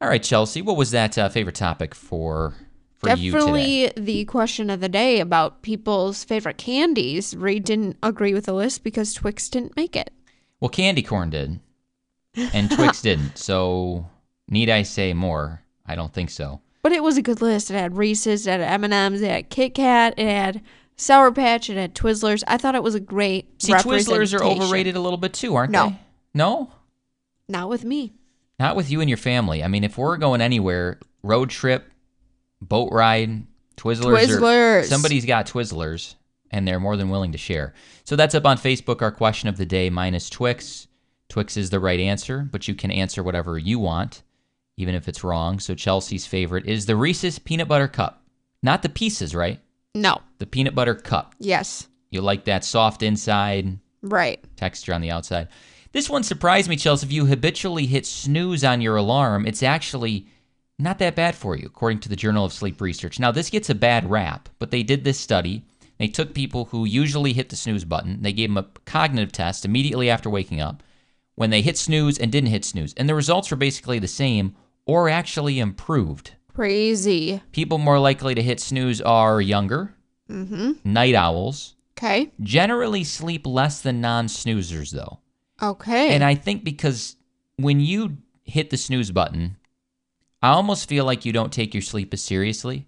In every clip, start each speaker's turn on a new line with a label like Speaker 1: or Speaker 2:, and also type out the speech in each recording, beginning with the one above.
Speaker 1: All right, Chelsea, what was that uh, favorite topic for for you today?
Speaker 2: Definitely the question of the day about people's favorite candies. Reed didn't agree with the list because Twix didn't make it.
Speaker 1: Well, candy corn did, and Twix didn't. So need I say more? I don't think so.
Speaker 2: But it was a good list. It had Reese's, it had M&M's, it had Kit Kat, it had Sour Patch, it had Twizzlers. I thought it was a great
Speaker 1: See, Twizzlers are
Speaker 2: representation.
Speaker 1: overrated a little bit too, aren't
Speaker 2: No.
Speaker 1: they? No,
Speaker 2: Not with me.
Speaker 1: not with you and your family. I mean, if we're going anywhere, road trip, boat ride, Twizzlers, are-
Speaker 2: Twizzlers.
Speaker 1: somebody's got Twizzlers, and they're more than willing to share. So that's up on Facebook. Our question of the day minus Twix. Twix is the right answer, but you can answer whatever you want, even if it's wrong. So Chelsea's favorite is the Reese's peanut butter cup, not the pieces, right?
Speaker 2: No.
Speaker 1: The peanut butter cup.
Speaker 2: Yes.
Speaker 1: You like that soft inside,
Speaker 2: Right.
Speaker 1: texture on the outside. This one surprised me, Chelsea. If you habitually hit snooze on your alarm, it's actually not that bad for you, according to the Journal of Sleep Research. Now, this gets a bad rap, but they did this study. They took people who usually hit the snooze button, they gave them a cognitive test immediately after waking up when they hit snooze and didn't hit snooze. And the results were basically the same or actually improved.
Speaker 2: Crazy.
Speaker 1: People more likely to hit snooze are younger,
Speaker 2: Mm-hmm.
Speaker 1: night owls,
Speaker 2: Okay.
Speaker 1: generally sleep less than non snoozers, though.
Speaker 2: Okay.
Speaker 1: And I think because when you hit the snooze button, I almost feel like you don't take your sleep as seriously.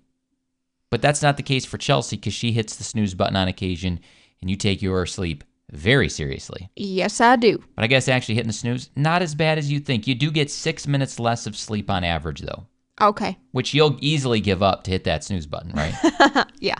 Speaker 1: But that's not the case for Chelsea because she hits the snooze button on occasion and you take your sleep very seriously.
Speaker 2: yes, I do.
Speaker 1: But I guess actually hitting the snooze, not as bad as you think. You do get six minutes less of sleep on average, though,
Speaker 2: Okay.
Speaker 1: which you'll easily give up to hit that snooze button, right?
Speaker 2: Yeah.